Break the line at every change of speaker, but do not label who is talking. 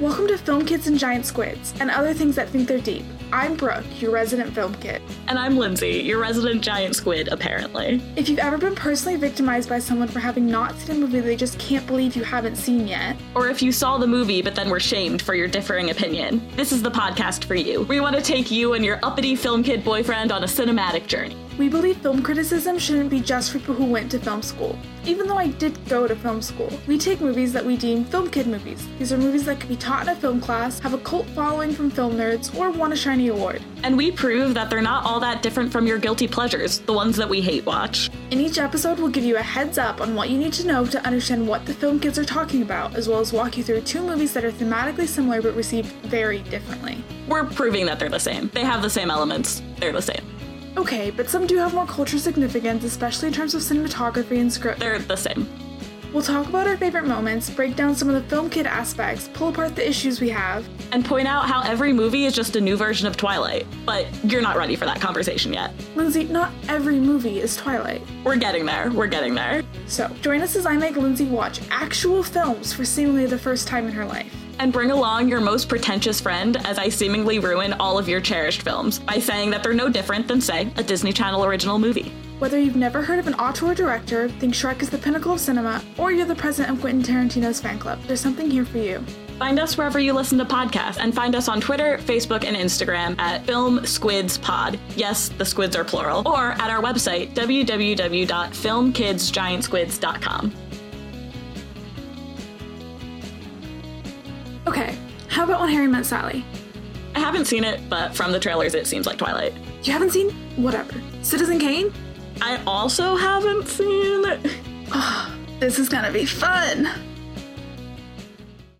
Welcome to Film Kids and Giant Squids and other things that think they're deep. I'm Brooke, your resident film kid.
And I'm Lindsay, your resident giant squid, apparently.
If you've ever been personally victimized by someone for having not seen a movie they just can't believe you haven't seen yet,
Or if you saw the movie but then were shamed for your differing opinion, this is the podcast for you. We want to take you and your uppity film kid boyfriend on a cinematic journey.
we believe film criticism shouldn't be just for people who went to film school. Even though I did go to film school, we take movies that we deem film kid movies. These are movies that could be taught in a film class, have a cult following from film nerds, or won a shiny award.
And we prove that they're not all that different from your guilty pleasures, the ones that we hate watch.
In each episode, we'll give you a heads up on what you need to know to understand what the film kids are talking about, as well as walk you through two movies that are thematically similar but received very differently.
We're proving that they're the same. They have the same elements, they're the same.
Okay, but some do have more cultural significance, especially in terms of cinematography and script.
They're the same.
We'll talk about our favorite moments, break down some of the film kid aspects, pull apart the issues we have.
And point out how every movie is just a new version of Twilight, but you're not ready for that conversation yet.
Lindsay, not every movie is Twilight.
We're getting there, we're getting there.
So, join us as I make Lindsay watch actual films for seemingly the first time in her life.
And bring along your most pretentious friend as I seemingly ruin all of your cherished films by saying that they're no different than, say, a Disney Channel original movie.
Whether you've never heard of an auteur director, think Shrek is the pinnacle of cinema, or you're the president of Quentin Tarantino's fan club, there's something here for you.
Find us wherever you listen to podcasts and find us on Twitter, Facebook, and Instagram at Film Squids Pod. Yes, the squids are plural. Or at our website, www.filmkidsgiantsquids.com.
Okay, how about when Harry met Sally?
I haven't seen it, but from the trailers, it seems like Twilight.
You haven't seen? Whatever. Citizen Kane?
I also haven't seen it.
This is gonna be fun!